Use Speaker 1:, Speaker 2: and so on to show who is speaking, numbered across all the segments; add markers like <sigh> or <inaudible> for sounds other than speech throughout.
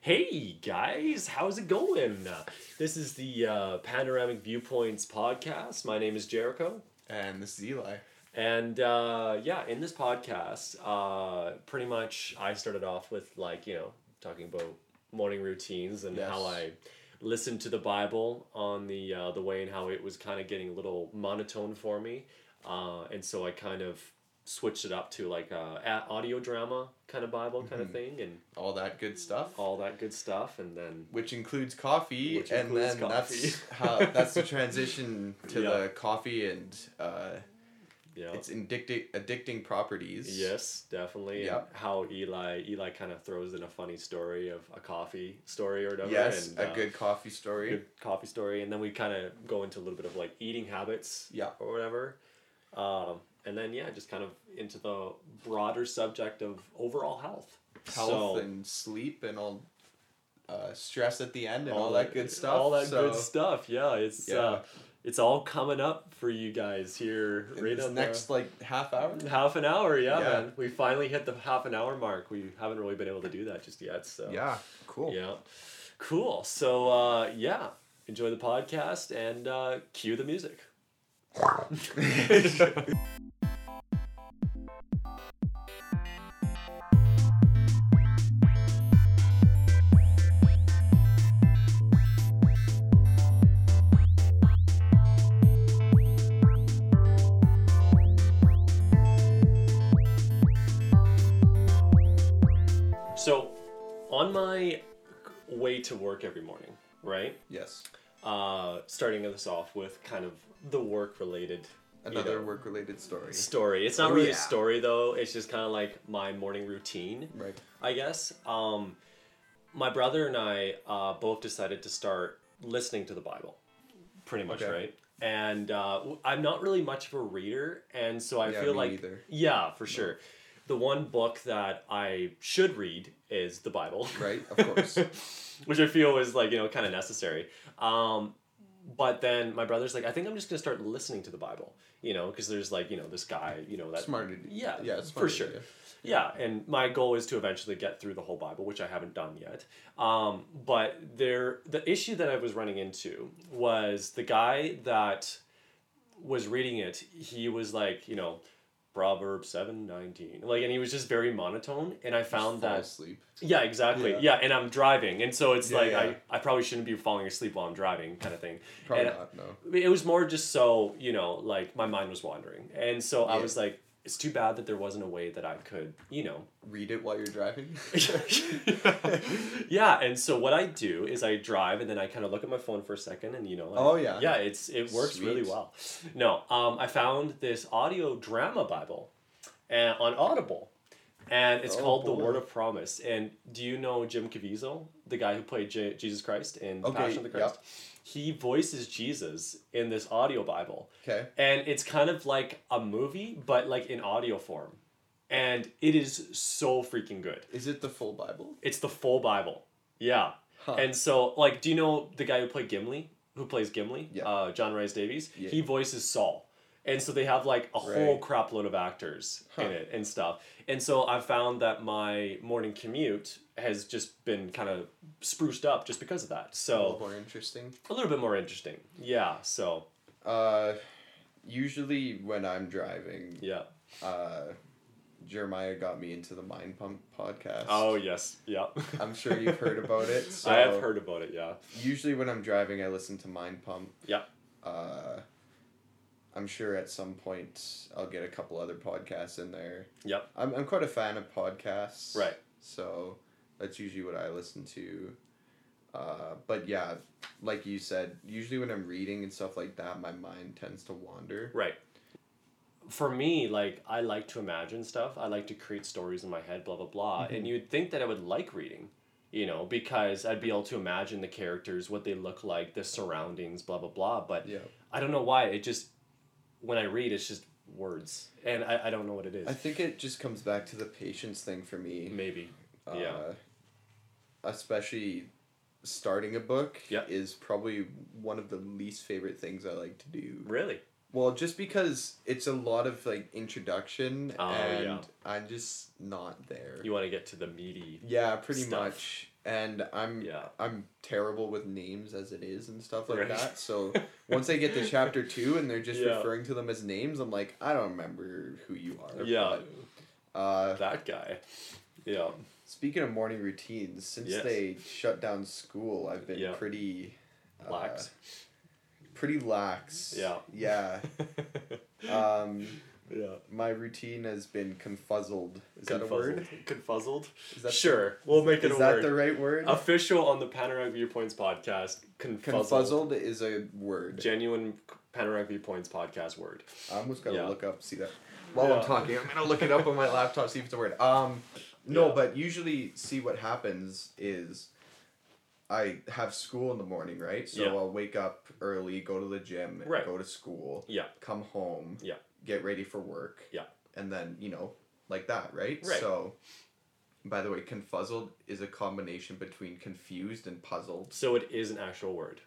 Speaker 1: Hey guys, how's it going? This is the uh, Panoramic Viewpoints podcast. My name is Jericho.
Speaker 2: And this is Eli.
Speaker 1: And uh, yeah, in this podcast, uh, pretty much I started off with like, you know, talking about morning routines and
Speaker 2: Yes.
Speaker 1: how I listened to the Bible on the uh, the way and how it was kind of getting a little monotone for me. Uh, and so I kind of switched it up to like a, a audio drama kind of Bible kind
Speaker 2: Mm-hmm.
Speaker 1: of thing and
Speaker 2: All that good stuff.
Speaker 1: all that good stuff. And then
Speaker 2: Which includes coffee,
Speaker 1: Which
Speaker 2: and
Speaker 1: includes
Speaker 2: then that's
Speaker 1: coffee.
Speaker 2: how
Speaker 1: <laughs>
Speaker 2: that's the transition to
Speaker 1: Yeah.
Speaker 2: the coffee and uh,
Speaker 1: yeah.
Speaker 2: its addicting addicting properties.
Speaker 1: Yes, definitely. and
Speaker 2: Yep.
Speaker 1: How Eli Eli kind of throws in a funny story of a coffee story or whatever.
Speaker 2: Yes,
Speaker 1: and,
Speaker 2: a
Speaker 1: uh,
Speaker 2: good coffee story.
Speaker 1: good coffee story, and then we kind of go into a little bit of like eating habits.
Speaker 2: Yeah.
Speaker 1: Or whatever, um, and then yeah, just kind of into the broader subject of overall health.
Speaker 2: Health
Speaker 1: So-
Speaker 2: and sleep and all uh, stress at the end and all, that, good stuff.
Speaker 1: All that
Speaker 2: so,
Speaker 1: good stuff. Yeah, it's
Speaker 2: Yeah.
Speaker 1: Uh, it's all coming up for you guys here
Speaker 2: in
Speaker 1: right
Speaker 2: this
Speaker 1: on the-
Speaker 2: next like half hour.
Speaker 1: Half an hour, yeah,
Speaker 2: Yeah.
Speaker 1: man. We finally hit the half an hour mark. We haven't really been able to do that just yet. So
Speaker 2: Yeah, cool.
Speaker 1: Yeah. Cool. So uh, yeah, enjoy the podcast and uh, cue the music. So, on my way to work every morning, right?
Speaker 2: Yes.
Speaker 1: Uh, starting this off with kind of the work related
Speaker 2: Another work related story.
Speaker 1: story. It's not
Speaker 2: Oh,
Speaker 1: really a
Speaker 2: yeah.
Speaker 1: story though. It's just kind of like my morning routine.
Speaker 2: Right.
Speaker 1: I guess. Um, my brother and I uh, both decided to start listening to the Bible, pretty much,
Speaker 2: Okay.
Speaker 1: right? And uh, w- I'm not really much of a reader, and so I
Speaker 2: Yeah,
Speaker 1: feel
Speaker 2: me
Speaker 1: like
Speaker 2: neither.
Speaker 1: yeah, for sure. The one book that I should read is the Bible,
Speaker 2: Right,
Speaker 1: <laughs>
Speaker 2: of course.
Speaker 1: which I feel is like you know kind of necessary. Um, but then my brother's like, I think I'm just gonna start listening to the Bible, you know, because there's like you know this guy, you know that
Speaker 2: Smart idea.
Speaker 1: yeah,
Speaker 2: Yeah,
Speaker 1: for
Speaker 2: smart
Speaker 1: sure.
Speaker 2: idea.
Speaker 1: Yeah, and my goal is to eventually get through the whole Bible, which I haven't done yet. Um, but there, the issue that I was running into was the guy that was reading it. He was like, you know, Proverbs seven nineteen, like, and he was just very monotone. And I found
Speaker 2: Fall
Speaker 1: that,
Speaker 2: asleep.
Speaker 1: yeah, exactly, yeah.
Speaker 2: Yeah.
Speaker 1: And I'm driving, and so it's
Speaker 2: Yeah,
Speaker 1: like
Speaker 2: yeah.
Speaker 1: I, I probably shouldn't be falling asleep while I'm driving, kind of thing.
Speaker 2: Probably
Speaker 1: And-
Speaker 2: not, no.
Speaker 1: it was more just so you know like my mind was wandering and so i
Speaker 2: Yeah.
Speaker 1: was like it's too bad that there wasn't a way that i could you know
Speaker 2: Read it while you're driving. <laughs>
Speaker 1: <laughs> yeah and so what i do is i drive and then i kind of look at my phone for a second and you know like,
Speaker 2: Oh, yeah.
Speaker 1: yeah it's it works really
Speaker 2: Sweet.
Speaker 1: well no um, i found this audio drama bible and, on audible and it's
Speaker 2: Oh,
Speaker 1: called the
Speaker 2: boy.
Speaker 1: word of promise and do you know jim caviezel the guy who played J- jesus christ in the
Speaker 2: Okay,
Speaker 1: passion of the
Speaker 2: yep.
Speaker 1: christ he voices jesus in this audio bible
Speaker 2: Okay.
Speaker 1: and it's kind of like a movie but like in audio form and it is so freaking good
Speaker 2: Is it the full Bible?
Speaker 1: it's the full bible yeah
Speaker 2: Huh.
Speaker 1: and so like do you know the guy who played gimli who plays gimli
Speaker 2: Yeah.
Speaker 1: uh, john rhys davies
Speaker 2: Yeah.
Speaker 1: he voices saul and so they have like a whole
Speaker 2: Right.
Speaker 1: crap load of actors
Speaker 2: Huh.
Speaker 1: in it and stuff and so i found that my morning commute has just been kind of spruced up just because of that
Speaker 2: A
Speaker 1: so
Speaker 2: little more interesting.
Speaker 1: a little bit more interesting yeah so
Speaker 2: Uh, usually when I'm driving,
Speaker 1: yeah
Speaker 2: uh, Jeremiah got me into the Mind Pump podcast.
Speaker 1: oh yes yeah
Speaker 2: I'm sure you've heard about it.
Speaker 1: <laughs>
Speaker 2: So
Speaker 1: I have heard about it, yeah.
Speaker 2: Usually when I'm driving, I listen to Mind Pump.
Speaker 1: Yeah.
Speaker 2: Uh, I'm sure at some point I'll get a couple other podcasts in there.
Speaker 1: Yep.
Speaker 2: I'm, I'm quite a fan of podcasts.
Speaker 1: Right.
Speaker 2: So that's usually what I listen to. Uh, but yeah, like you said, usually when I'm reading and stuff like that, my mind tends to wander.
Speaker 1: Right. For me, like, I like to imagine stuff. I like to create stories in my head, blah, blah, blah. And you'd think that I would like reading, you know, because I'd be able to imagine the characters, what they look like, the surroundings, blah, blah, blah. But
Speaker 2: Yeah.
Speaker 1: I don't know why. It just, when I read, it's just words. And I, I don't know what it is.
Speaker 2: I think it just comes back to the patience thing for me.
Speaker 1: Maybe.
Speaker 2: Uh,
Speaker 1: yeah.
Speaker 2: Especially starting a book
Speaker 1: Yeah.
Speaker 2: is probably one of the least favorite things I like to do.
Speaker 1: Really?
Speaker 2: Well, just because it's a lot of like introduction
Speaker 1: Oh,
Speaker 2: and
Speaker 1: yeah.
Speaker 2: I'm just not there.
Speaker 1: You want to get to the meaty.
Speaker 2: Yeah, pretty
Speaker 1: stuff.
Speaker 2: much. and I'm
Speaker 1: Yeah.
Speaker 2: I'm terrible with names as it is and stuff like
Speaker 1: Right.
Speaker 2: that.
Speaker 1: <laughs>
Speaker 2: So once I get to chapter two and they're just
Speaker 1: Yeah.
Speaker 2: referring to them as names, I'm like, I don't remember who you are.
Speaker 1: Yeah,
Speaker 2: but, uh,
Speaker 1: that guy. Yeah.
Speaker 2: speaking of morning routines, since
Speaker 1: Yes.
Speaker 2: they shut down school, I've been
Speaker 1: Yeah.
Speaker 2: pretty uh,
Speaker 1: Lax.
Speaker 2: pretty lax.
Speaker 1: Yeah. <laughs>
Speaker 2: Yeah. Um,
Speaker 1: Uh, yeah.
Speaker 2: my routine has been confuzzled. Is that a word?
Speaker 1: Confuzzled. Confuzzled?
Speaker 2: Is that
Speaker 1: sure. we'll make it
Speaker 2: is
Speaker 1: a
Speaker 2: that
Speaker 1: word.
Speaker 2: the right word?
Speaker 1: Official on the Panoramic Viewpoints podcast. Confuzzled.
Speaker 2: Confuzzled is a word.
Speaker 1: Genuine Panoramic Viewpoints podcast word.
Speaker 2: I almost gotta
Speaker 1: Yeah.
Speaker 2: look up, see that. While I'm
Speaker 1: Yeah.
Speaker 2: talking, I'm gonna look it up on my laptop, see if it's a word. Um, no,
Speaker 1: Yeah.
Speaker 2: but usually, see what happens is, I have school in the morning, right? So
Speaker 1: Yeah.
Speaker 2: I'll wake up early, go to the gym,
Speaker 1: Right.
Speaker 2: go to school,
Speaker 1: Yeah.
Speaker 2: come home,
Speaker 1: Yeah.
Speaker 2: get ready for work,
Speaker 1: Yeah.
Speaker 2: and then you know, like that, right?
Speaker 1: Right.
Speaker 2: So, by the way, confuzzled is a combination between confused and puzzled.
Speaker 1: So it is an actual word.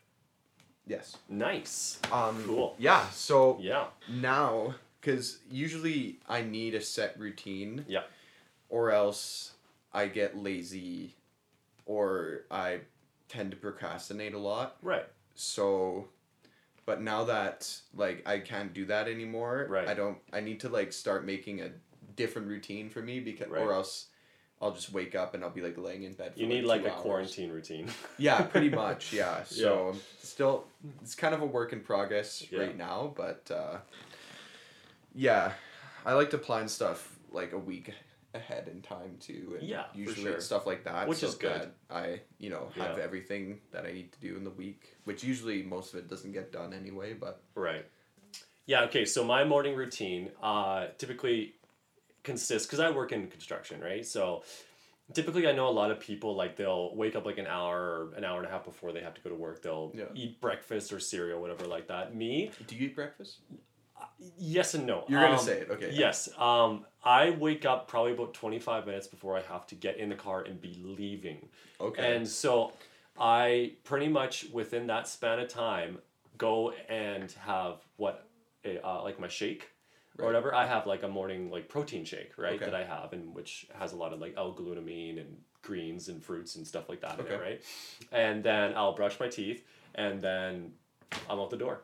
Speaker 2: Yes.
Speaker 1: Nice.
Speaker 2: Um,
Speaker 1: Cool.
Speaker 2: Yeah. So
Speaker 1: Yeah.
Speaker 2: now because usually i need a set routine
Speaker 1: Yeah.
Speaker 2: or else i get lazy or i tend to procrastinate a lot
Speaker 1: Right.
Speaker 2: so but now that like i can't do that anymore
Speaker 1: Right.
Speaker 2: i don't i need to like start making a different routine for me because
Speaker 1: Right.
Speaker 2: or else i'll just wake up and i'll be like laying in bed for
Speaker 1: You need like
Speaker 2: two
Speaker 1: a
Speaker 2: hours.
Speaker 1: quarantine routine. <laughs>
Speaker 2: yeah pretty much yeah so I'm still it's kind of a work in progress
Speaker 1: Yeah.
Speaker 2: right now but uh yeah i like to plan stuff like a week ahead in time too and
Speaker 1: Yeah, for
Speaker 2: usually
Speaker 1: sure.
Speaker 2: it's stuff like that
Speaker 1: Which
Speaker 2: so
Speaker 1: is good.
Speaker 2: that i you know have
Speaker 1: Yeah.
Speaker 2: everything that i need to do in the week which usually most of it doesn't get done anyway but
Speaker 1: Right. Yeah. Okay. So my morning routine uh, typically consists because I work in construction, right? So typically, I know a lot of people like they'll wake up like an hour or an hour and a half before they have to go to work. They'll
Speaker 2: Yeah.
Speaker 1: eat breakfast or cereal, whatever like that. Me,
Speaker 2: do you eat breakfast
Speaker 1: yes and no.
Speaker 2: you're gonna
Speaker 1: Um,
Speaker 2: say it okay
Speaker 1: Yes. Um, I wake up probably about twenty five minutes before I have to get in the car and be leaving.
Speaker 2: okay
Speaker 1: And so I pretty much within that span of time go and have what a, uh, like my shake
Speaker 2: Right.
Speaker 1: or whatever. I have like a morning like protein shake, right?
Speaker 2: Okay.
Speaker 1: That I have and which has a lot of like L-glutamine and greens and fruits and stuff like that in it,
Speaker 2: Okay.
Speaker 1: right? And then I'll brush my teeth and then I'm out the door.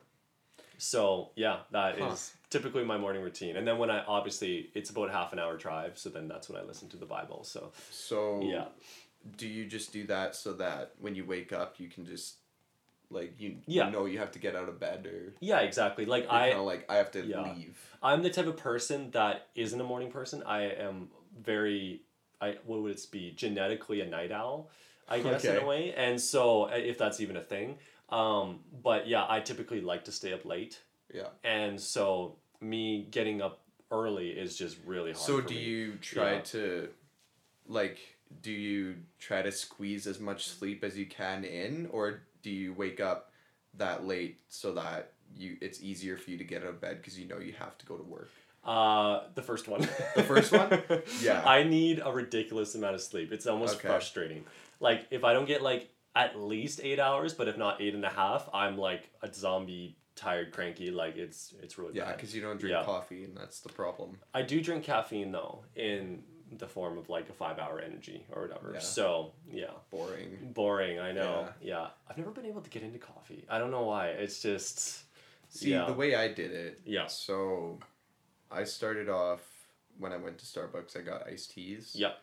Speaker 1: So yeah, that is
Speaker 2: Huh.
Speaker 1: typically my morning routine. And then when I obviously it's about half an hour drive, so then that's when I listen to the Bible. So
Speaker 2: so
Speaker 1: yeah.
Speaker 2: do you just do that so that when you wake up you can just like you,
Speaker 1: Yeah.
Speaker 2: you know you have to get out of bed or
Speaker 1: Yeah, exactly. Like I
Speaker 2: I kind of like I have to
Speaker 1: yeah.
Speaker 2: leave.
Speaker 1: I'm the type of person that isn't a morning person. I am very, I what would it be? Genetically a night owl, I guess in
Speaker 2: Okay.
Speaker 1: a way. And so, uh, if that's even a thing, um, but yeah, I typically like to stay up late,
Speaker 2: Yeah.
Speaker 1: and so me getting up early is just really hard.
Speaker 2: So
Speaker 1: for
Speaker 2: do
Speaker 1: me.
Speaker 2: you try
Speaker 1: Yeah.
Speaker 2: to, like, do you try to squeeze as much sleep as you can in, or do you wake up that late so that you it's easier for you to get out of bed because you know you have to go to work?
Speaker 1: Uh, the first one.
Speaker 2: <laughs> The
Speaker 1: <laughs>
Speaker 2: first one? Yeah.
Speaker 1: I need a ridiculous amount of sleep. It's almost
Speaker 2: Okay.
Speaker 1: frustrating. Like if I don't get like at least eight hours, but if not eight and a half, I'm like a zombie, tired, cranky. Like it's it's really
Speaker 2: Yeah,
Speaker 1: bad.
Speaker 2: because you don't drink
Speaker 1: Yeah.
Speaker 2: coffee, and that's the problem.
Speaker 1: I do drink caffeine though in the form of like a five hour energy or whatever.
Speaker 2: Yeah.
Speaker 1: So yeah,
Speaker 2: Boring.
Speaker 1: boring. I know. Yeah. I've never been able to get into coffee. I don't know why. It's just
Speaker 2: See
Speaker 1: Yeah.
Speaker 2: the way I did it.
Speaker 1: Yeah.
Speaker 2: So, I started off when I went to Starbucks. I got iced teas.
Speaker 1: yeah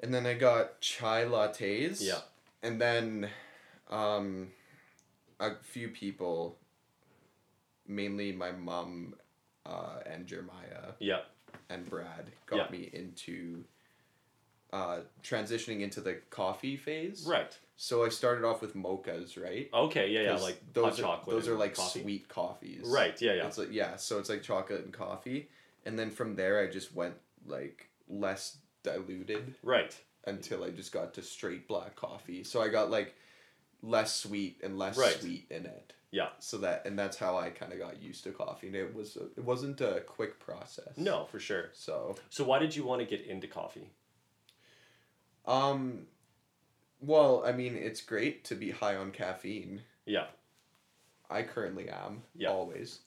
Speaker 2: and then I got chai lattes.
Speaker 1: Yeah.
Speaker 2: And then, um, a few people, mainly my mom, uh, and Jeremiah
Speaker 1: yeah
Speaker 2: and Brad, got
Speaker 1: Yeah.
Speaker 2: me into, uh, transitioning into the coffee phase.
Speaker 1: right.
Speaker 2: So I started off with mochas, right?
Speaker 1: Okay. Yeah. Yeah.
Speaker 2: 'Cause
Speaker 1: Like
Speaker 2: those
Speaker 1: hot
Speaker 2: are,
Speaker 1: chocolate.
Speaker 2: Those
Speaker 1: and
Speaker 2: are like
Speaker 1: coffee.
Speaker 2: sweet coffees.
Speaker 1: Right. Yeah. Yeah.
Speaker 2: It's like yeah, so it's like chocolate and coffee, and then from there I just went like less diluted
Speaker 1: Right.
Speaker 2: until I just got to straight black coffee. So I got like less sweet and less
Speaker 1: Right.
Speaker 2: sweet in it.
Speaker 1: Yeah.
Speaker 2: So that and that's how I kind of got used to coffee. And it was a, it wasn't a quick process.
Speaker 1: No, for sure.
Speaker 2: So
Speaker 1: So why did you want to get into coffee?
Speaker 2: um, well, I mean, it's great to be high on caffeine.
Speaker 1: Yeah.
Speaker 2: I currently am
Speaker 1: Yeah.
Speaker 2: always,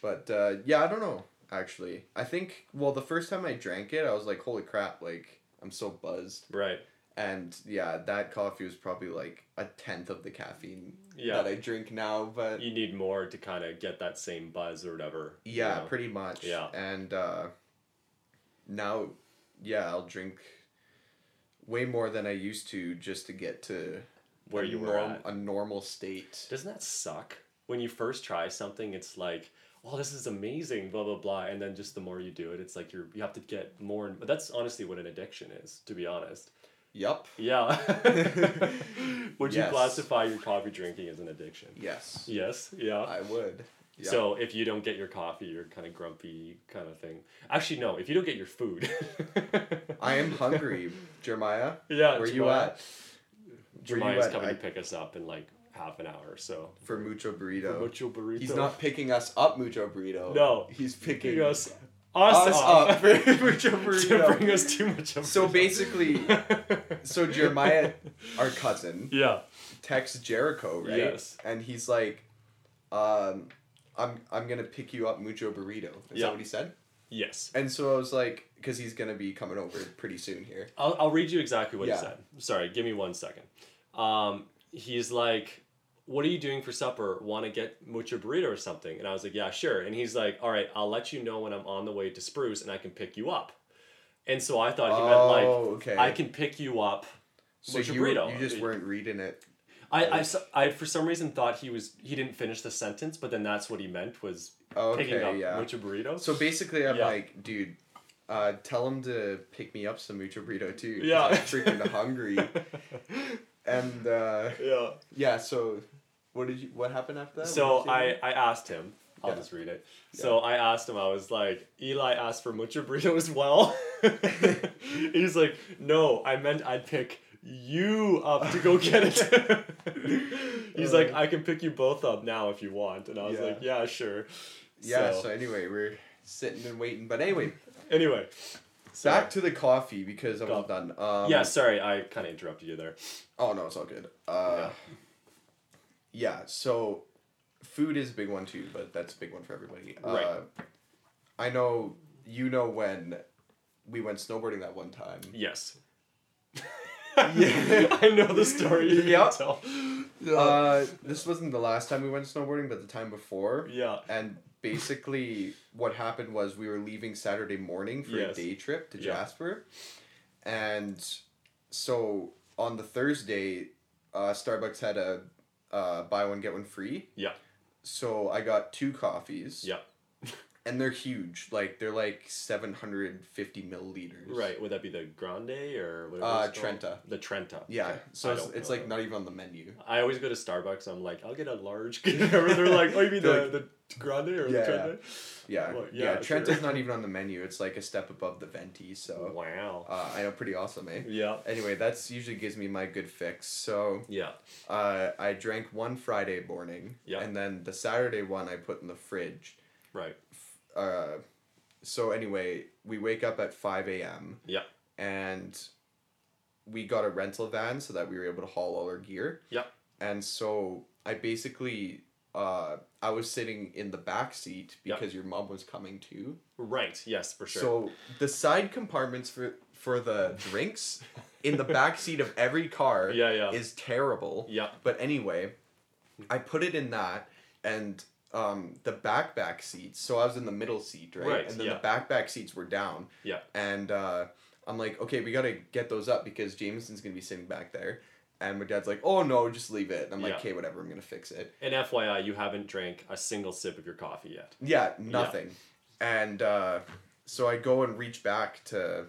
Speaker 2: but uh, yeah, I don't know. Actually, I think well, the first time I drank it, I was like, "Holy crap!" Like I'm so buzzed.
Speaker 1: Right.
Speaker 2: And yeah, that coffee was probably like a tenth of the caffeine
Speaker 1: Yeah.
Speaker 2: that I drink now, but
Speaker 1: you need more to kind of get that same buzz or whatever. you
Speaker 2: Yeah,
Speaker 1: know?
Speaker 2: pretty much.
Speaker 1: Yeah.
Speaker 2: And uh, now, yeah, I'll drink way more than I used to just to get to
Speaker 1: where
Speaker 2: a
Speaker 1: you were
Speaker 2: norm-
Speaker 1: at.
Speaker 2: a normal state.
Speaker 1: Doesn't that suck? When you first try something, it's like, "Oh, this is amazing," blah blah blah, and then just the more you do it, it's like you're you have to get more. And, but that's honestly what an addiction is, to be honest.
Speaker 2: Yup.
Speaker 1: Yeah. <laughs> Would you
Speaker 2: Yes.
Speaker 1: classify your coffee drinking as an addiction?
Speaker 2: Yes,
Speaker 1: Yes. Yeah.
Speaker 2: I would. Yeah.
Speaker 1: So if you don't get your coffee, you're kind of grumpy, kind of thing. Actually, no. If you don't get your food,
Speaker 2: I am hungry, Jeremiah.
Speaker 1: <laughs> yeah.
Speaker 2: Where you
Speaker 1: tomorrow-
Speaker 2: at? Where you
Speaker 1: Jeremiah's
Speaker 2: at?
Speaker 1: coming
Speaker 2: I-
Speaker 1: to pick us up in like half an hour or so.
Speaker 2: for mucho burrito.
Speaker 1: Mucho burrito.
Speaker 2: He's not picking us up, mucho burrito.
Speaker 1: No.
Speaker 2: he's picking
Speaker 1: picking
Speaker 2: us,
Speaker 1: us us, up, <laughs>
Speaker 2: up <laughs> for mucho
Speaker 1: to bring
Speaker 2: burrito.
Speaker 1: us too much. Of
Speaker 2: So basically, so Jeremiah, our cousin,
Speaker 1: <laughs> yeah.
Speaker 2: texts Jericho, right?
Speaker 1: Yes.
Speaker 2: And he's like, um, I'm I'm gonna pick you up mucho burrito. Is
Speaker 1: Yeah.
Speaker 2: that what he said?
Speaker 1: Yes.
Speaker 2: And so I was like, because he's gonna be coming over pretty soon here.
Speaker 1: I'll, I'll read you exactly what
Speaker 2: Yeah.
Speaker 1: he said. Sorry, give me one second. Um, he's like, What are you doing for supper? Want to get mucho burrito or something? And I was like, Yeah, sure. And he's like, All right, I'll let you know when I'm on the way to Spruce and I can pick you up. And so I thought he meant like,
Speaker 2: Oh, okay.
Speaker 1: I can pick you up.
Speaker 2: So
Speaker 1: mucho
Speaker 2: you,
Speaker 1: burrito.
Speaker 2: you just weren't reading it.
Speaker 1: I, I, s- I for some reason thought he was he didn't finish the sentence, but then that's what he meant was picking up
Speaker 2: Okay, yeah.
Speaker 1: mucho burrito.
Speaker 2: So basically, I'm
Speaker 1: Yeah.
Speaker 2: like, dude, uh, tell him to pick me up some mucho burrito too. 'cause
Speaker 1: Yeah. <laughs>
Speaker 2: I'm freaking hungry. And uh,
Speaker 1: yeah.
Speaker 2: yeah, so what did you? What happened after that?
Speaker 1: So
Speaker 2: What did you
Speaker 1: I,
Speaker 2: say?
Speaker 1: I asked him. I'll
Speaker 2: Yeah.
Speaker 1: just read it. So I asked him. I was like, Eli asked for mucho burrito as well. <laughs> He's like, no, I meant I'd pick you up to go get it. <laughs> He's like,
Speaker 2: Uh.
Speaker 1: I can pick you both up now if you want, and I was
Speaker 2: Yeah.
Speaker 1: like, yeah, sure.
Speaker 2: yeah.
Speaker 1: So,
Speaker 2: so anyway, we're sitting and waiting. But anyway,
Speaker 1: anyway, so,
Speaker 2: Back to the coffee because I'm all
Speaker 1: Go.
Speaker 2: done. Um,
Speaker 1: yeah, sorry, I kind of interrupted you there.
Speaker 2: Oh no, it's all good. Uh, yeah. So, food is a big one too, but that's a big one for everybody.
Speaker 1: Right.
Speaker 2: Uh, I know you know when we went snowboarding that one time. <laughs>
Speaker 1: Yes.
Speaker 2: Yeah.
Speaker 1: <laughs> I know the story. You
Speaker 2: Yep.
Speaker 1: can tell.
Speaker 2: Uh, this wasn't the last time we went snowboarding, but the time before.
Speaker 1: Yeah.
Speaker 2: And basically, what happened was we were leaving Saturday morning for a
Speaker 1: Yes.
Speaker 2: day trip to
Speaker 1: Yeah.
Speaker 2: Jasper. And so on the Thursday, uh, Starbucks had a uh, buy one, get one free.
Speaker 1: Yeah.
Speaker 2: So I got two coffees.
Speaker 1: Yeah.
Speaker 2: <laughs> And they're huge. Like, they're like 750 milliliters.
Speaker 1: Right. Would that be the Grande or whatever?
Speaker 2: Uh,
Speaker 1: it's called?
Speaker 2: Trenta.
Speaker 1: The Trenta.
Speaker 2: Yeah.
Speaker 1: Okay.
Speaker 2: So
Speaker 1: I
Speaker 2: it's,
Speaker 1: don't
Speaker 2: it's
Speaker 1: know
Speaker 2: like not even on the menu.
Speaker 1: I always go to Starbucks. I'm like, I'll get a
Speaker 2: <laughs>
Speaker 1: large. <laughs> Whatever. They're like, oh, you mean
Speaker 2: They're
Speaker 1: the, the grande or
Speaker 2: Yeah.
Speaker 1: the grande?
Speaker 2: Yeah.
Speaker 1: Well,
Speaker 2: yeah.
Speaker 1: yeah,
Speaker 2: Trent
Speaker 1: sure.
Speaker 2: is not even on the menu. It's like a step above the venti. So
Speaker 1: Wow.
Speaker 2: uh, I know pretty awesome, eh?
Speaker 1: yeah.
Speaker 2: Anyway, that's usually gives me my good fix. So
Speaker 1: Yeah.
Speaker 2: uh, I drank one Friday morning,
Speaker 1: Yeah.
Speaker 2: and then the Saturday one I put in the fridge.
Speaker 1: Right.
Speaker 2: Uh, so anyway, we wake up at five a.m.
Speaker 1: Yeah.
Speaker 2: and we got a rental van so that we were able to haul all our gear.
Speaker 1: Yeah.
Speaker 2: And so I basically uh, I was sitting in the back seat
Speaker 1: Yeah.
Speaker 2: because your mom was coming too.
Speaker 1: Right. Yes, for sure.
Speaker 2: So the side compartments for for the drinks in the back seat of every car
Speaker 1: <laughs> Yeah, yeah.
Speaker 2: is terrible.
Speaker 1: yeah.
Speaker 2: But anyway, I put it in that and um, the back back seats. So I was in the middle seat, right?
Speaker 1: Right,
Speaker 2: and then
Speaker 1: yeah.
Speaker 2: the back back seats were down.
Speaker 1: Yeah.
Speaker 2: And uh, I'm like, okay, we gotta get those up because Jameson's gonna be sitting back there. And my dad's like, oh no, just leave it. And I'm like,
Speaker 1: Yeah.
Speaker 2: okay, whatever, I'm gonna fix it.
Speaker 1: And FYI, you haven't drank a single sip of your coffee yet.
Speaker 2: Yeah, nothing. And uh, so I go and reach back to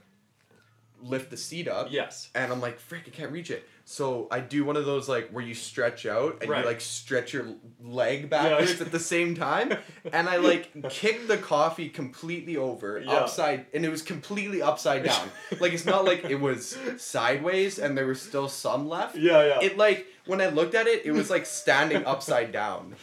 Speaker 2: lift the seat up.
Speaker 1: Yes.
Speaker 2: And I'm like, frick, I can't reach it. So I do one of those like where you stretch out and
Speaker 1: Right.
Speaker 2: you like stretch your leg backwards at the
Speaker 1: <laughs>
Speaker 2: same time. And I like kicked the coffee completely over
Speaker 1: Yeah.
Speaker 2: upside and it was completely upside down.
Speaker 1: <laughs>
Speaker 2: like it's not like it was sideways and there was still some left.
Speaker 1: Yeah, yeah.
Speaker 2: It like when I looked at it, it was like standing upside down.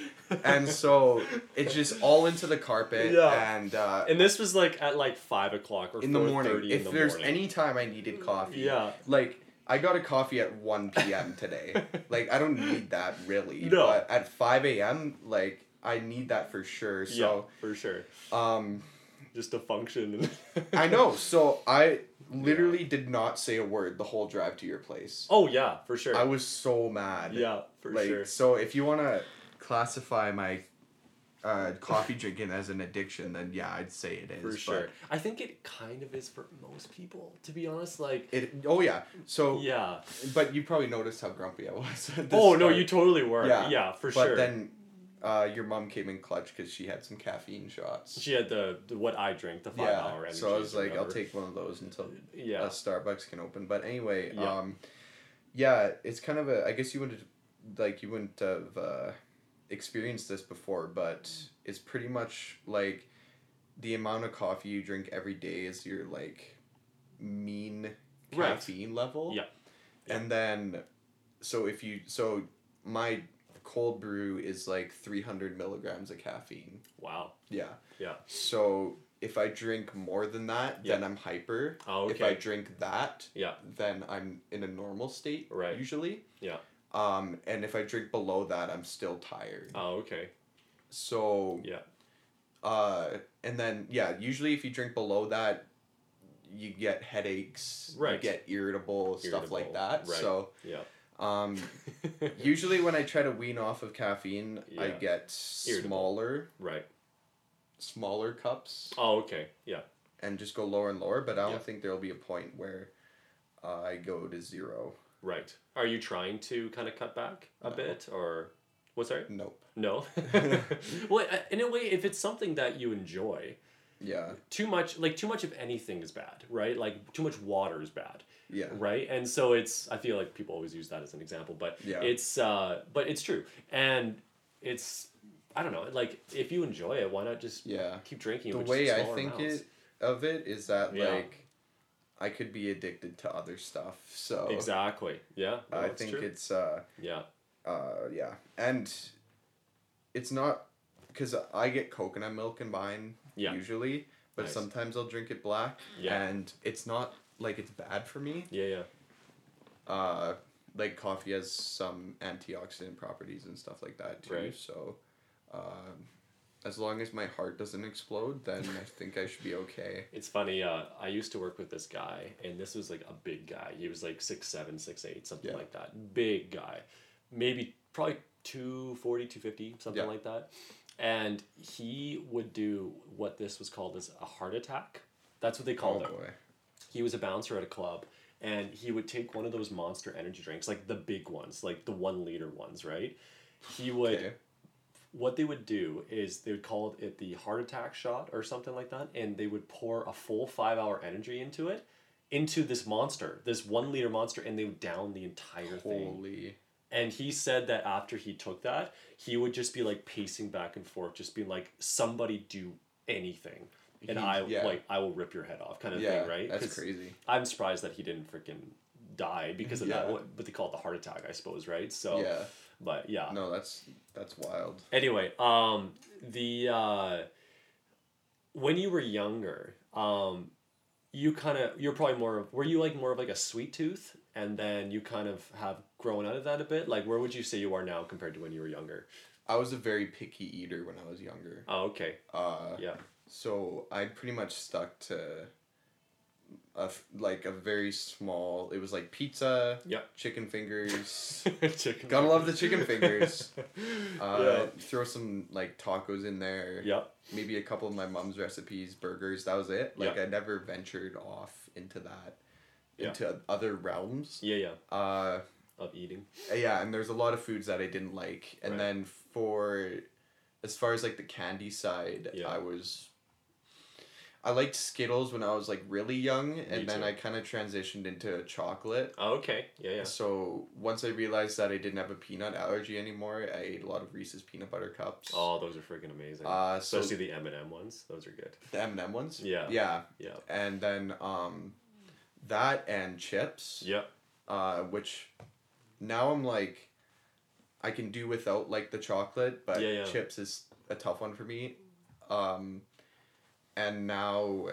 Speaker 2: And so it's just all into the carpet
Speaker 1: Yeah.
Speaker 2: and uh
Speaker 1: and this was like at like five o'clock or
Speaker 2: in the morning.
Speaker 1: 4:30 in
Speaker 2: If
Speaker 1: the
Speaker 2: there's
Speaker 1: morning.
Speaker 2: any time I needed coffee,
Speaker 1: Yeah.
Speaker 2: like I got a coffee at one p.m.
Speaker 1: <laughs>
Speaker 2: today. like I don't need that really.
Speaker 1: No.
Speaker 2: But at five a.m., like I need that for sure.
Speaker 1: yeah,
Speaker 2: So
Speaker 1: for sure.
Speaker 2: um,
Speaker 1: Just to function.
Speaker 2: I know. So I literally did not say a word the whole drive to your place.
Speaker 1: <laughs> Oh yeah, for sure.
Speaker 2: I was so mad.
Speaker 1: yeah, for
Speaker 2: like
Speaker 1: sure.
Speaker 2: so if you want to classify my uh, coffee drinking as an addiction then yeah I'd say it is.
Speaker 1: For
Speaker 2: but
Speaker 1: sure. I think it kind of is for most people, to be honest. Like
Speaker 2: It oh yeah. So
Speaker 1: Yeah.
Speaker 2: but you probably noticed how grumpy I was. At the
Speaker 1: Oh no,
Speaker 2: start.
Speaker 1: you totally were. Yeah,
Speaker 2: Yeah,
Speaker 1: for
Speaker 2: but
Speaker 1: sure.
Speaker 2: then uh, your mom came in clutch because she had some caffeine shots.
Speaker 1: she had the, the what I drink, the five
Speaker 2: yeah,
Speaker 1: hour energy.
Speaker 2: so I was like, I'll take one of those until
Speaker 1: Yeah.
Speaker 2: a Starbucks can open. But anyway,
Speaker 1: Yeah.
Speaker 2: um, yeah, it's kind of a. I guess you wouldn't like you wouldn't have uh, experienced this before, but it's pretty much like the amount of coffee you drink every day is your like mean
Speaker 1: Right.
Speaker 2: caffeine level.
Speaker 1: Yeah. Yeah.
Speaker 2: and then so if you so my cold brew is like three hundred milligrams of caffeine.
Speaker 1: Wow.
Speaker 2: Yeah.
Speaker 1: Yeah.
Speaker 2: So if I drink more than that, then I'm hyper.
Speaker 1: Oh,
Speaker 2: If I
Speaker 1: okay.
Speaker 2: drink that,
Speaker 1: Yeah.
Speaker 2: then I'm in a normal state.
Speaker 1: Right.
Speaker 2: Usually.
Speaker 1: Yeah.
Speaker 2: Um, and if I drink below that, I'm still tired.
Speaker 1: Oh, okay.
Speaker 2: So.
Speaker 1: Yeah.
Speaker 2: Uh, and then yeah, usually if you drink below that, you get headaches. You
Speaker 1: Right.
Speaker 2: get irritable, stuff like
Speaker 1: Irritable,
Speaker 2: that.
Speaker 1: right.
Speaker 2: So.
Speaker 1: Yeah. <laughs>
Speaker 2: Um, usually when I try to wean off of caffeine, I
Speaker 1: Yeah.
Speaker 2: get
Speaker 1: Irritable.
Speaker 2: smaller,
Speaker 1: right.
Speaker 2: smaller cups.
Speaker 1: Oh, okay. Yeah.
Speaker 2: and just go lower and lower. But I don't
Speaker 1: Yeah.
Speaker 2: think there'll be a point where uh, I go to zero.
Speaker 1: Right. Are you trying to kind of cut back a
Speaker 2: No.
Speaker 1: bit or what's that?
Speaker 2: Nope.
Speaker 1: No. <laughs> well, I- in a way, if it's something that you enjoy,
Speaker 2: Yeah.
Speaker 1: too much like too much of anything is bad, right? Like too much water is bad.
Speaker 2: Yeah.
Speaker 1: right and so it's i feel like people always use that as an example but
Speaker 2: Yeah.
Speaker 1: it's uh but it's true and it's i don't know like if you enjoy it why not just
Speaker 2: Yeah.
Speaker 1: keep drinking it
Speaker 2: The
Speaker 1: with
Speaker 2: way
Speaker 1: just
Speaker 2: I
Speaker 1: smaller
Speaker 2: think
Speaker 1: amounts?
Speaker 2: it of it is that
Speaker 1: Yeah.
Speaker 2: like I could be addicted to other stuff. So
Speaker 1: exactly yeah no,
Speaker 2: oh. I
Speaker 1: it's
Speaker 2: think
Speaker 1: true.
Speaker 2: it's uh
Speaker 1: yeah
Speaker 2: uh yeah. And it's not because I get coconut milk in mine
Speaker 1: Yeah.
Speaker 2: usually, but
Speaker 1: Nice.
Speaker 2: sometimes I'll drink it black.
Speaker 1: Yeah.
Speaker 2: And it's not like it's bad for me.
Speaker 1: yeah yeah
Speaker 2: uh, like coffee has some antioxidant properties and stuff like that too.
Speaker 1: Right.
Speaker 2: So, um, as long as my heart doesn't explode,
Speaker 1: <laughs>
Speaker 2: then I think I should be okay.
Speaker 1: it's funny uh i used to work with this guy and this was like a big guy he was like six seven six eight something
Speaker 2: Yeah.
Speaker 1: like that big guy maybe probably 240 250 something
Speaker 2: Yeah.
Speaker 1: like that and he would do what this was called as a heart attack that's what they
Speaker 2: Oh
Speaker 1: called it
Speaker 2: boy.
Speaker 1: he was a bouncer at a club and he would take one of those monster energy drinks like the big ones like the one liter ones right he would
Speaker 2: Okay.
Speaker 1: what they would do is they would call it the heart attack shot or something like that and they would pour a full five hour energy into it into this monster this one liter monster and they would down the entire thing
Speaker 2: Holy.
Speaker 1: and he said that after he took that, he would just be like pacing back and forth, just being like, "Somebody do anything, and
Speaker 2: He-
Speaker 1: I
Speaker 2: yeah.
Speaker 1: like I will rip your head off," kind of
Speaker 2: Yeah.
Speaker 1: thing, right?
Speaker 2: That's
Speaker 1: 'Cause
Speaker 2: crazy.
Speaker 1: I'm surprised that he didn't freaking die because of that.
Speaker 2: Yeah.
Speaker 1: What, but they call it the heart attack, I suppose, right? So,
Speaker 2: Yeah.
Speaker 1: but yeah.
Speaker 2: No, that's that's wild.
Speaker 1: Anyway, um, the uh, when you were younger, um, you kind of you're probably more of were you like more of like a sweet tooth, and then you kind of have grown out of that a bit. Like, where would you say you are now compared to when you were younger?
Speaker 2: I was a very picky eater when I was younger.
Speaker 1: Oh, okay,
Speaker 2: Uh, <laughs>
Speaker 1: yeah,
Speaker 2: So I pretty much stuck to a f- like a very small. It was like pizza,
Speaker 1: yeah. <laughs>
Speaker 2: chicken fingers.
Speaker 1: Chicken
Speaker 2: Gotta love the
Speaker 1: fingers. <laughs>
Speaker 2: chicken fingers. Uh,
Speaker 1: Yeah.
Speaker 2: Throw some like tacos in there.
Speaker 1: yeah,
Speaker 2: Maybe a couple of my mom's recipes, burgers. That was it. Like
Speaker 1: Yeah.
Speaker 2: I never ventured off into that,
Speaker 1: Yeah.
Speaker 2: into other realms.
Speaker 1: yeah, yeah.
Speaker 2: Uh,
Speaker 1: Of eating,
Speaker 2: yeah, and there's a lot of foods that I didn't like. And
Speaker 1: Right.
Speaker 2: then for, as far as like the candy side,
Speaker 1: Yeah.
Speaker 2: I was. I liked Skittles when I was like really young, and then
Speaker 1: too.
Speaker 2: I kind of transitioned into chocolate.
Speaker 1: oh, okay, yeah, yeah.
Speaker 2: So once I realized that I didn't have a peanut allergy anymore, I ate a lot of Reese's peanut butter cups.
Speaker 1: Oh, those are freaking amazing.
Speaker 2: Uh, so
Speaker 1: Especially the M and m ones; those are good.
Speaker 2: the M and M ones.
Speaker 1: Yeah.
Speaker 2: Yeah,
Speaker 1: Yeah,
Speaker 2: and then um, that and chips.
Speaker 1: yeah,
Speaker 2: Uh, which now I'm like, I can do without like the chocolate, but
Speaker 1: Yeah, yeah.
Speaker 2: chips is a tough one for me. Um, and now,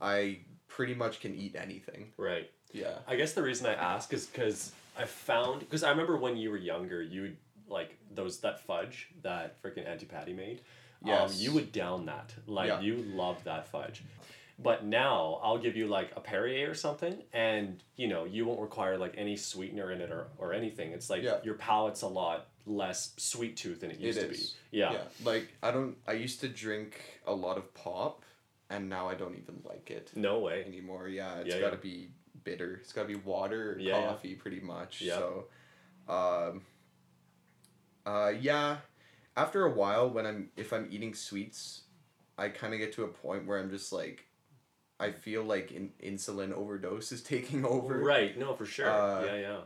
Speaker 2: I pretty much can eat anything.
Speaker 1: right.
Speaker 2: Yeah.
Speaker 1: I guess the reason I ask is because I found because I remember when you were younger, you would like those that fudge that freaking Auntie Patty made. Um,
Speaker 2: Yes.
Speaker 1: you would down that like
Speaker 2: Yeah.
Speaker 1: you loved that fudge, But now I'll give you like a Perrier or something, and you know you won't require like any sweetener in it or, or anything. It's like
Speaker 2: Yeah.
Speaker 1: your palate's a lot less sweet tooth than it used to
Speaker 2: is.
Speaker 1: be. Yeah.
Speaker 2: Like I don't. I used to drink a lot of pop, and now I don't even like it
Speaker 1: No way.
Speaker 2: anymore. Yeah, it's
Speaker 1: Yeah,
Speaker 2: got to
Speaker 1: yeah.
Speaker 2: be bitter. It's got to be water, or
Speaker 1: Yeah, yeah.
Speaker 2: coffee, pretty much.
Speaker 1: Yeah.
Speaker 2: So, um, uh, yeah. After a while, when I'm if I'm eating sweets, I kind of get to a point where I'm just like, I feel like in, insulin overdose is <laughs> taking over.
Speaker 1: Right. No, for sure.
Speaker 2: Uh,
Speaker 1: yeah, yeah.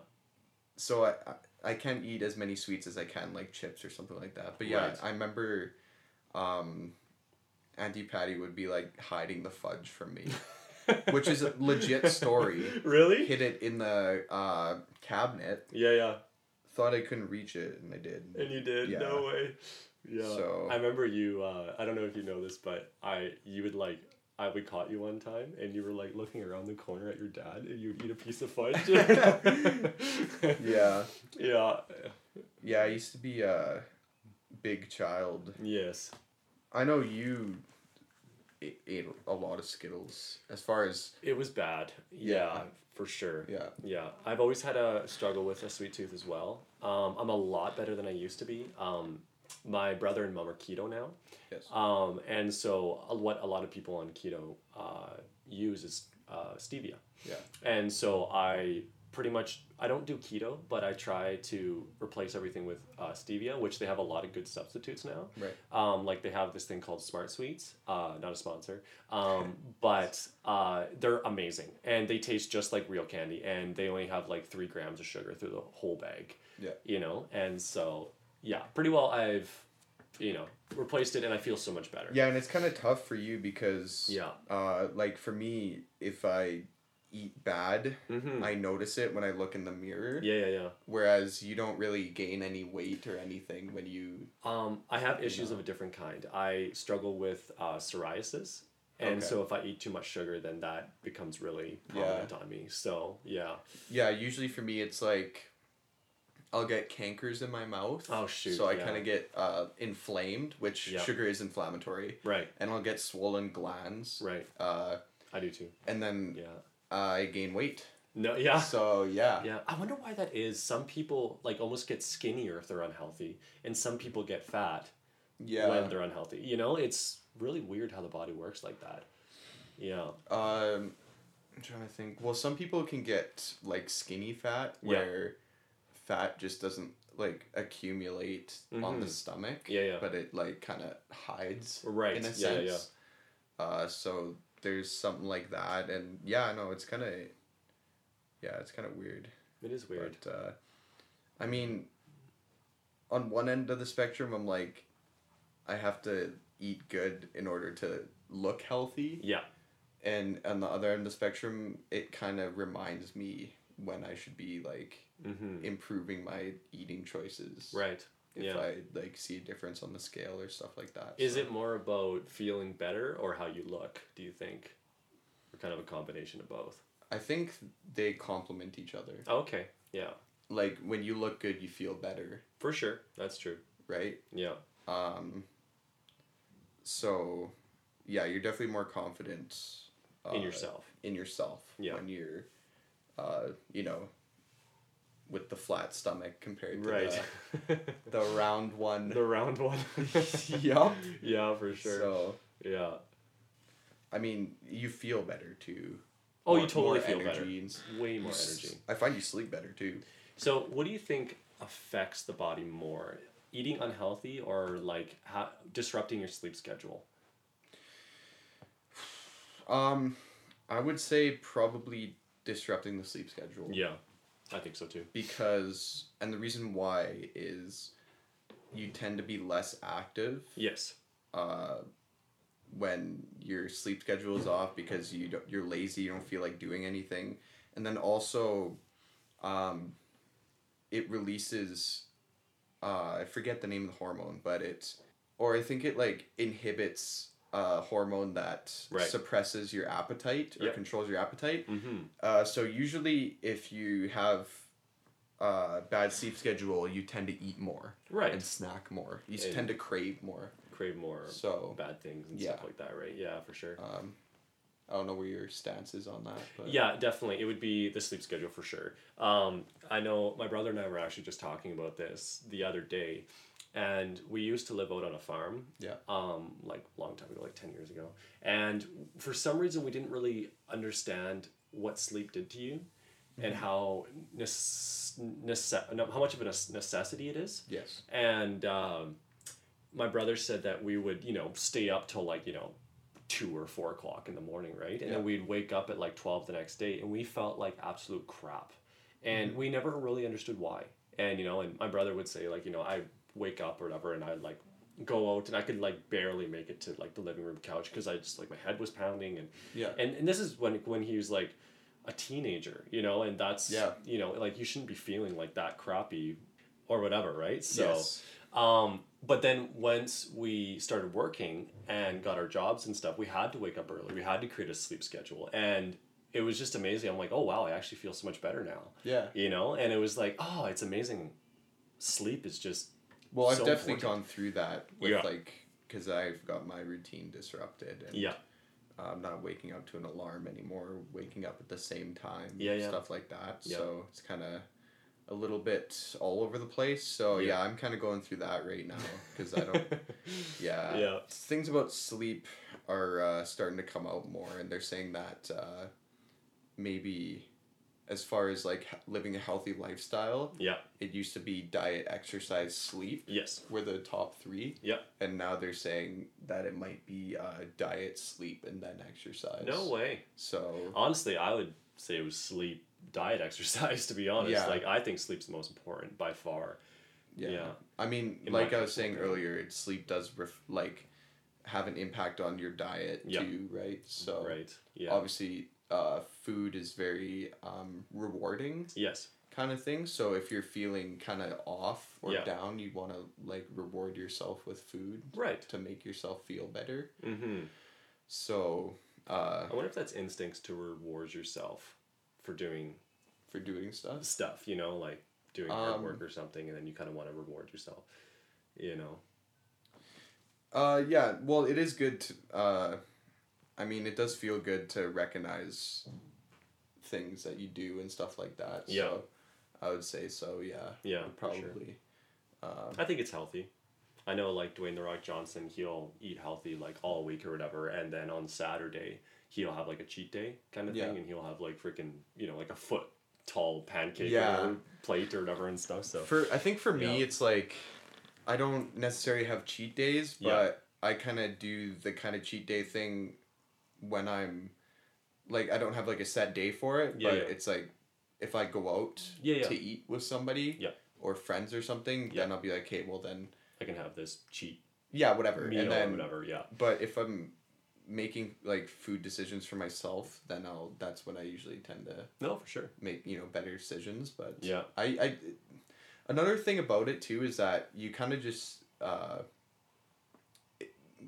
Speaker 2: so I, I I can't eat as many sweets as I can, like chips or something like that. But yeah,
Speaker 1: Right.
Speaker 2: I remember, um, Auntie Patty would be like hiding the fudge from me, which
Speaker 1: <laughs>
Speaker 2: is a legit story.
Speaker 1: Really?
Speaker 2: Hid it in the uh, cabinet.
Speaker 1: Yeah, yeah.
Speaker 2: Thought I couldn't reach it, and I did.
Speaker 1: And you did?
Speaker 2: Yeah.
Speaker 1: No way. Yeah.
Speaker 2: So-
Speaker 1: I remember you. Uh, I don't know if you know this, but I you would like I we caught you one time, and you were like looking around the corner at your dad, and you'd eat a piece of
Speaker 2: <laughs>
Speaker 1: fudge.
Speaker 2: Yeah,
Speaker 1: Yeah.
Speaker 2: yeah. I used to be a big child.
Speaker 1: Yes.
Speaker 2: I know you a- ate a lot of Skittles. As far as
Speaker 1: It was bad. Yeah,
Speaker 2: Yeah.
Speaker 1: for sure.
Speaker 2: yeah,
Speaker 1: Yeah, I've always had a struggle with a sweet tooth as well. Um, I'm a lot better than I used to be. Um, my brother and mom are keto now.
Speaker 2: yes,
Speaker 1: Um, and so a- what a lot of people on keto uh, use is uh, stevia.
Speaker 2: yeah,
Speaker 1: And so I pretty much I don't do keto, but I try to replace everything with uh, stevia, which they have a lot of good substitutes now.
Speaker 2: right.
Speaker 1: Um, like they have this thing called Smart Sweets, uh, not a sponsor, um,
Speaker 2: <laughs>
Speaker 1: but uh, they're amazing and they taste just like real candy, and they only have like three grams of sugar through the whole bag.
Speaker 2: Yeah.
Speaker 1: You know, and so yeah, pretty well I've, you know, replaced it, and I feel so much better.
Speaker 2: Yeah, and it's kind of tough for you because
Speaker 1: Yeah.
Speaker 2: uh, like for me, if I eat bad,
Speaker 1: Mhm.
Speaker 2: Mm-hmm. I notice it when I look in the mirror.
Speaker 1: Yeah, yeah, yeah.
Speaker 2: Whereas you don't really gain any weight or anything when you.
Speaker 1: Um, I have issues of a different kind. I struggle with uh, psoriasis, and
Speaker 2: Okay.
Speaker 1: so if I eat too much sugar, then that becomes really
Speaker 2: Yeah.
Speaker 1: prominent on me. So yeah,
Speaker 2: Yeah, usually for me it's like, I'll get cankers in my mouth.
Speaker 1: Oh, shoot,
Speaker 2: So I
Speaker 1: yeah.
Speaker 2: kind of get uh, inflamed, which
Speaker 1: Yeah.
Speaker 2: sugar is inflammatory,
Speaker 1: right,
Speaker 2: and I'll get swollen glands.
Speaker 1: right.
Speaker 2: Uh,
Speaker 1: I do too.
Speaker 2: and then
Speaker 1: Yeah.
Speaker 2: I gain weight.
Speaker 1: No. Yeah.
Speaker 2: So yeah.
Speaker 1: Yeah. I wonder why that is. Some people like almost get skinnier if they're unhealthy, and some people get fat
Speaker 2: Yeah.
Speaker 1: when they're unhealthy. You know, it's really weird how the body works like that. Yeah.
Speaker 2: Um, I'm trying to think. Well, some people can get like skinny fat
Speaker 1: Yeah.
Speaker 2: where fat just doesn't like accumulate on the stomach.
Speaker 1: Mm-hmm. Yeah, yeah.
Speaker 2: But it like kind of hides.
Speaker 1: Right,
Speaker 2: In a
Speaker 1: yeah, yeah, yeah.
Speaker 2: sense. Uh, so there's something like that, and yeah, no, it's kind of, yeah, it's kind of weird.
Speaker 1: It is weird.
Speaker 2: But uh, I mean, on one end of the spectrum, I'm like, I have to eat good in order to look healthy
Speaker 1: Yeah.
Speaker 2: and on the other end of the spectrum it kind of reminds me when i should be like
Speaker 1: Mm-hmm.
Speaker 2: improving my eating choices
Speaker 1: Right.
Speaker 2: if
Speaker 1: yeah.
Speaker 2: i like see a difference on the scale or stuff like that
Speaker 1: Is
Speaker 2: so-
Speaker 1: it more about feeling better or how you look, do you think? Or kind of a combination of both?
Speaker 2: i think they complement each other
Speaker 1: Okay, yeah,
Speaker 2: like when you look good you feel better
Speaker 1: for sure. That's true.
Speaker 2: right
Speaker 1: Yeah,
Speaker 2: um so yeah you're definitely more confident
Speaker 1: in
Speaker 2: uh,
Speaker 1: yourself.
Speaker 2: in yourself
Speaker 1: Yeah.
Speaker 2: when you're uh you know with the flat stomach compared to
Speaker 1: Right.
Speaker 2: the, the round
Speaker 1: <laughs>
Speaker 2: one
Speaker 1: the round one.
Speaker 2: yup.
Speaker 1: yeah, for sure.
Speaker 2: So
Speaker 1: yeah.
Speaker 2: I mean, you feel better too.
Speaker 1: Oh,
Speaker 2: More-
Speaker 1: you totally
Speaker 2: more
Speaker 1: feel better.
Speaker 2: energy and s-
Speaker 1: Way
Speaker 2: you
Speaker 1: more
Speaker 2: s-
Speaker 1: energy.
Speaker 2: I find you sleep better too.
Speaker 1: So, what do you think affects the body more? Eating unhealthy or like ha- disrupting your sleep schedule?
Speaker 2: Um, I would say probably disrupting the sleep schedule.
Speaker 1: Yeah, I think so too.
Speaker 2: Because and the reason why is, you tend to be less active.
Speaker 1: Yes.
Speaker 2: Uh, when your sleep schedule is off because you don't, you're lazy, you don't feel like doing anything, and then also, um, it releases, uh, I forget the name of the hormone, but it's, or I think it like inhibits a hormone that
Speaker 1: Right.
Speaker 2: suppresses your appetite or
Speaker 1: Yep.
Speaker 2: controls your appetite.
Speaker 1: Mm-hmm.
Speaker 2: Uh, so usually, if you have uh, bad sleep schedule, you tend to eat more
Speaker 1: Right.
Speaker 2: and snack more. You
Speaker 1: And-
Speaker 2: tend to crave more.
Speaker 1: Crave more
Speaker 2: So
Speaker 1: bad things and
Speaker 2: Yeah.
Speaker 1: stuff like that, right? Yeah, for sure.
Speaker 2: um, I don't know where your stance is on that. But
Speaker 1: Yeah, definitely. It would be the sleep schedule for sure. Um, I know my brother and I were actually just talking about this the other day, and we used to live out on a farm.
Speaker 2: Yeah.
Speaker 1: Um, like a long time ago, like ten years ago, and for some reason we didn't really understand what sleep did to you, and how nece- nece- no, how much of a nes- necessity it is.
Speaker 2: Yes.
Speaker 1: And um, my brother said that we would, you know, stay up till like, you know, two or four o'clock in the morning, right? And
Speaker 2: Yeah.
Speaker 1: then we'd wake up at like 12 the next day and we felt like absolute crap. And
Speaker 2: Mm-hmm.
Speaker 1: we never really understood why. And, you know, and my brother would say, like, you know, I wake up or whatever and I'd like go out and I could like barely make it to like the living room couch because I just like my head was pounding and
Speaker 2: Yeah.
Speaker 1: and and this is when when he was like a teenager, you know, and that's
Speaker 2: Yeah.
Speaker 1: you know, like you shouldn't be feeling like that crappy or whatever, right? So
Speaker 2: yes.
Speaker 1: um but then once we started working and got our jobs and stuff, we had to wake up early. We had to create a sleep schedule and it was just amazing. I'm like, "Oh wow, I actually feel so much better now."
Speaker 2: Yeah.
Speaker 1: You know, and it was like, "Oh, it's amazing. Sleep is just
Speaker 2: Well, I've
Speaker 1: so
Speaker 2: definitely
Speaker 1: important.
Speaker 2: gone through that with
Speaker 1: Yeah.
Speaker 2: like because I've got my routine disrupted and
Speaker 1: yeah,
Speaker 2: I'm not waking up to an alarm anymore, waking up at the same time,
Speaker 1: Yeah, yeah.
Speaker 2: stuff like that.
Speaker 1: Yeah.
Speaker 2: So it's kind of a little bit all over the place. So yeah,
Speaker 1: Yeah.
Speaker 2: I'm kind of going through that right now because I
Speaker 1: <laughs>
Speaker 2: don't. yeah.
Speaker 1: Yeah.
Speaker 2: Things about sleep are uh, starting to come out more, and they're saying that uh, maybe as far as like h- living a healthy lifestyle,
Speaker 1: yeah,
Speaker 2: it used to be diet, exercise, sleep
Speaker 1: yes.
Speaker 2: were the top three.
Speaker 1: Yeah.
Speaker 2: And now they're saying that it might be uh, diet, sleep, and then exercise.
Speaker 1: No way.
Speaker 2: So
Speaker 1: Honestly, I would say it was sleep, diet, <laughs> exercise. To be honest,
Speaker 2: Yeah.
Speaker 1: like I think sleep's the most important by far.
Speaker 2: yeah.
Speaker 1: Yeah.
Speaker 2: I mean,
Speaker 1: In
Speaker 2: like
Speaker 1: my
Speaker 2: I was saying
Speaker 1: perspective.
Speaker 2: earlier, it, sleep does ref- like have an impact on your diet
Speaker 1: Yeah.
Speaker 2: too, right? So
Speaker 1: Right. Yeah.
Speaker 2: obviously, uh, food is very um, rewarding
Speaker 1: Yes.
Speaker 2: kind of thing. So if you're feeling kind of off or
Speaker 1: Yeah.
Speaker 2: down, you want to like reward yourself with food
Speaker 1: Right.
Speaker 2: to make yourself feel better.
Speaker 1: Mm-hmm.
Speaker 2: So uh,
Speaker 1: I wonder if that's instincts to reward yourself for doing
Speaker 2: for doing stuff.
Speaker 1: stuff. You know, like doing hard
Speaker 2: Um,
Speaker 1: work or something, and then you kind of want to reward yourself. You know.
Speaker 2: Uh, yeah. Well, it is good. To, uh, I mean, it does feel good to recognize things that you do and stuff like that.
Speaker 1: Yeah.
Speaker 2: So I would say so. Yeah.
Speaker 1: Yeah. for
Speaker 2: Probably. um,
Speaker 1: sure. I think it's healthy. I know, like Dwayne the Rock Johnson, he'll eat healthy like all week or whatever, and then on Saturday he'll have like a cheat day kind of
Speaker 2: Yeah.
Speaker 1: thing, and he'll have like freaking you know like a foot tall pancake
Speaker 2: Yeah.
Speaker 1: or whatever, plate or whatever and stuff. So
Speaker 2: For I think for me,
Speaker 1: Yeah.
Speaker 2: it's like I don't necessarily have cheat days, but
Speaker 1: Yeah.
Speaker 2: I kind of do the kind of cheat day thing when I'm like I don't have like a set day for it,
Speaker 1: Yeah,
Speaker 2: but
Speaker 1: yeah.
Speaker 2: it's like if I go out
Speaker 1: Yeah, yeah.
Speaker 2: to eat with somebody
Speaker 1: Yeah.
Speaker 2: or friends or something,
Speaker 1: Yeah.
Speaker 2: then I'll be like, hey, well then.
Speaker 1: I can have this cheat
Speaker 2: Yeah, whatever.
Speaker 1: meal
Speaker 2: and then
Speaker 1: or whatever. Yeah,
Speaker 2: but if I'm making like food decisions for myself, then I'll that's when I usually tend to
Speaker 1: no, for sure.
Speaker 2: make you know better decisions. But
Speaker 1: Yeah.
Speaker 2: I I another thing about it too is that you kind of just uh,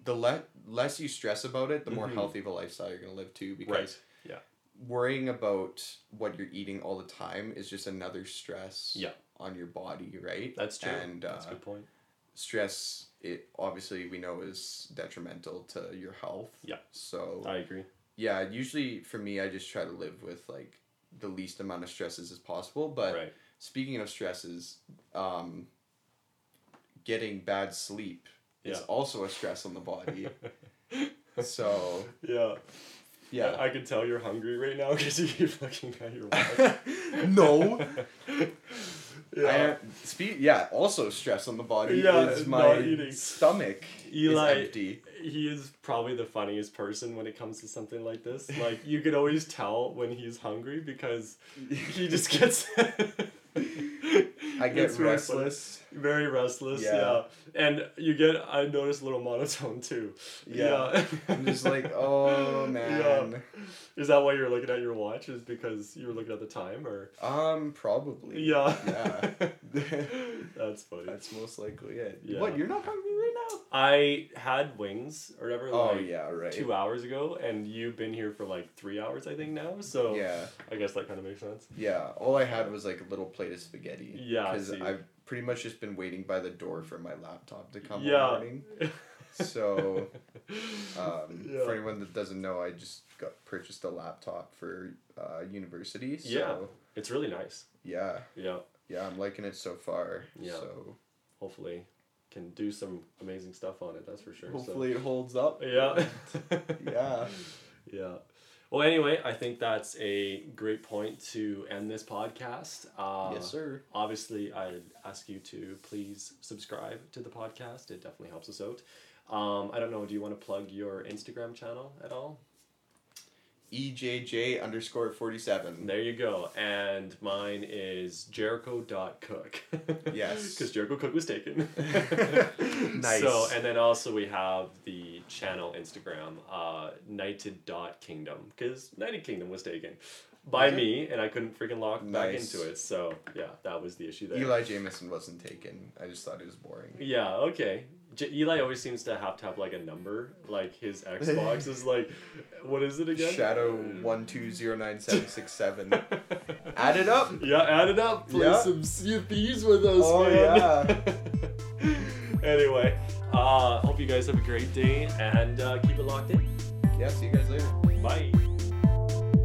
Speaker 2: the le- less you stress about it, the more
Speaker 1: Mhm.
Speaker 2: healthy of a lifestyle you're gonna live too. Because
Speaker 1: Right. Yeah.
Speaker 2: worrying about what you're eating all the time is just another stress.
Speaker 1: Yeah.
Speaker 2: On your body, right?
Speaker 1: That's true.
Speaker 2: And uh,
Speaker 1: That's a good point.
Speaker 2: stress it obviously we know is detrimental to your health
Speaker 1: Yeah.
Speaker 2: so
Speaker 1: I agree.
Speaker 2: yeah usually for me i just try to live with like the least amount of stresses as possible but
Speaker 1: right.
Speaker 2: speaking of stresses um getting bad sleep is
Speaker 1: Yeah.
Speaker 2: also a stress on the
Speaker 1: <laughs>
Speaker 2: body so
Speaker 1: Yeah.
Speaker 2: yeah
Speaker 1: I can tell you're hungry right now <laughs> because you keep looking at your watch.
Speaker 2: <laughs> <laughs> no I
Speaker 1: yeah.
Speaker 2: am- spe- yeah also stress on the body
Speaker 1: Yeah,
Speaker 2: is
Speaker 1: not
Speaker 2: my
Speaker 1: eating.
Speaker 2: stomach
Speaker 1: Eli-
Speaker 2: is empty
Speaker 1: he is probably the funniest person when it comes to something like this. Like you can always tell when he's hungry because he
Speaker 2: <laughs>
Speaker 1: just gets <laughs>
Speaker 2: i get
Speaker 1: It's really funny.
Speaker 2: restless
Speaker 1: very restless. Yeah.
Speaker 2: Yeah.
Speaker 1: And you get I notice a little monotone too.
Speaker 2: Yeah. I'm
Speaker 1: <laughs>
Speaker 2: just like, oh
Speaker 1: Yeah.
Speaker 2: man.
Speaker 1: Is that why you're looking at your watch? Is because you were looking at the time or
Speaker 2: Um, probably.
Speaker 1: Yeah.
Speaker 2: Yeah. <laughs>
Speaker 1: <laughs> That's funny.
Speaker 2: That's most likely it.
Speaker 1: Yeah.
Speaker 2: What? You're not hungry right now?
Speaker 1: I had wings or whatever
Speaker 2: Oh
Speaker 1: like
Speaker 2: yeah, right.
Speaker 1: two hours ago and you've been here for like three hours I think now. So
Speaker 2: Yeah,
Speaker 1: I guess that kinda makes sense.
Speaker 2: yeah. All I had was like a little plate of spaghetti.
Speaker 1: Yeah,
Speaker 2: Because
Speaker 1: see.
Speaker 2: I've pretty much just been waiting by the door for my laptop to come in the
Speaker 1: Yeah. <laughs>
Speaker 2: morning. So, um,
Speaker 1: Yeah.
Speaker 2: for anyone that doesn't know, I just got purchased a laptop for uh, university. So
Speaker 1: Yeah. It's really nice.
Speaker 2: yeah,
Speaker 1: Yeah.
Speaker 2: yeah, I'm liking it so far.
Speaker 1: Yeah.
Speaker 2: So
Speaker 1: Hopefully, can do some amazing stuff on it. That's for sure.
Speaker 2: hopefully it holds up.
Speaker 1: So. Yeah. <laughs>
Speaker 2: yeah.
Speaker 1: Yeah. Well, anyway, I think that's a great point to end this podcast. Uh,
Speaker 2: yes, sir.
Speaker 1: Obviously, I'd ask you to please subscribe to the podcast. It definitely helps us out. Um, I don't know. Do you want to plug your Instagram channel at all?
Speaker 2: EJJ E underscore forty
Speaker 1: <laughs>
Speaker 2: seven.
Speaker 1: There you go. And mine is <laughs> jericho.cook.
Speaker 2: Yes.
Speaker 1: Because Jericho Cook was
Speaker 2: <laughs>
Speaker 1: taken.
Speaker 2: Nice.
Speaker 1: So, and then also we have the channel Instagram, uh, knighted.kingdom. Because Knighted Kingdom was taken by
Speaker 2: Okay.
Speaker 1: me, and I couldn't freaking log back
Speaker 2: Nice.
Speaker 1: into it. So, yeah, that was the issue there.
Speaker 2: Eli Jameson wasn't taken. I just thought it was boring.
Speaker 1: Yeah, okay. J- Eli always seems to have to have like a number. Like
Speaker 2: <laughs>
Speaker 1: his Xbox is like, what is it again? <laughs>
Speaker 2: Shadow one two zero nine seven six seven. Add it up.
Speaker 1: Yeah, add it up. Play
Speaker 2: Yeah.
Speaker 1: some Sea of Thieves with us,
Speaker 2: Oh,
Speaker 1: man. <laughs> anyway, uh, hope you guys have a great day and uh, keep it locked in.
Speaker 2: Yeah. See you guys later.
Speaker 1: Bye.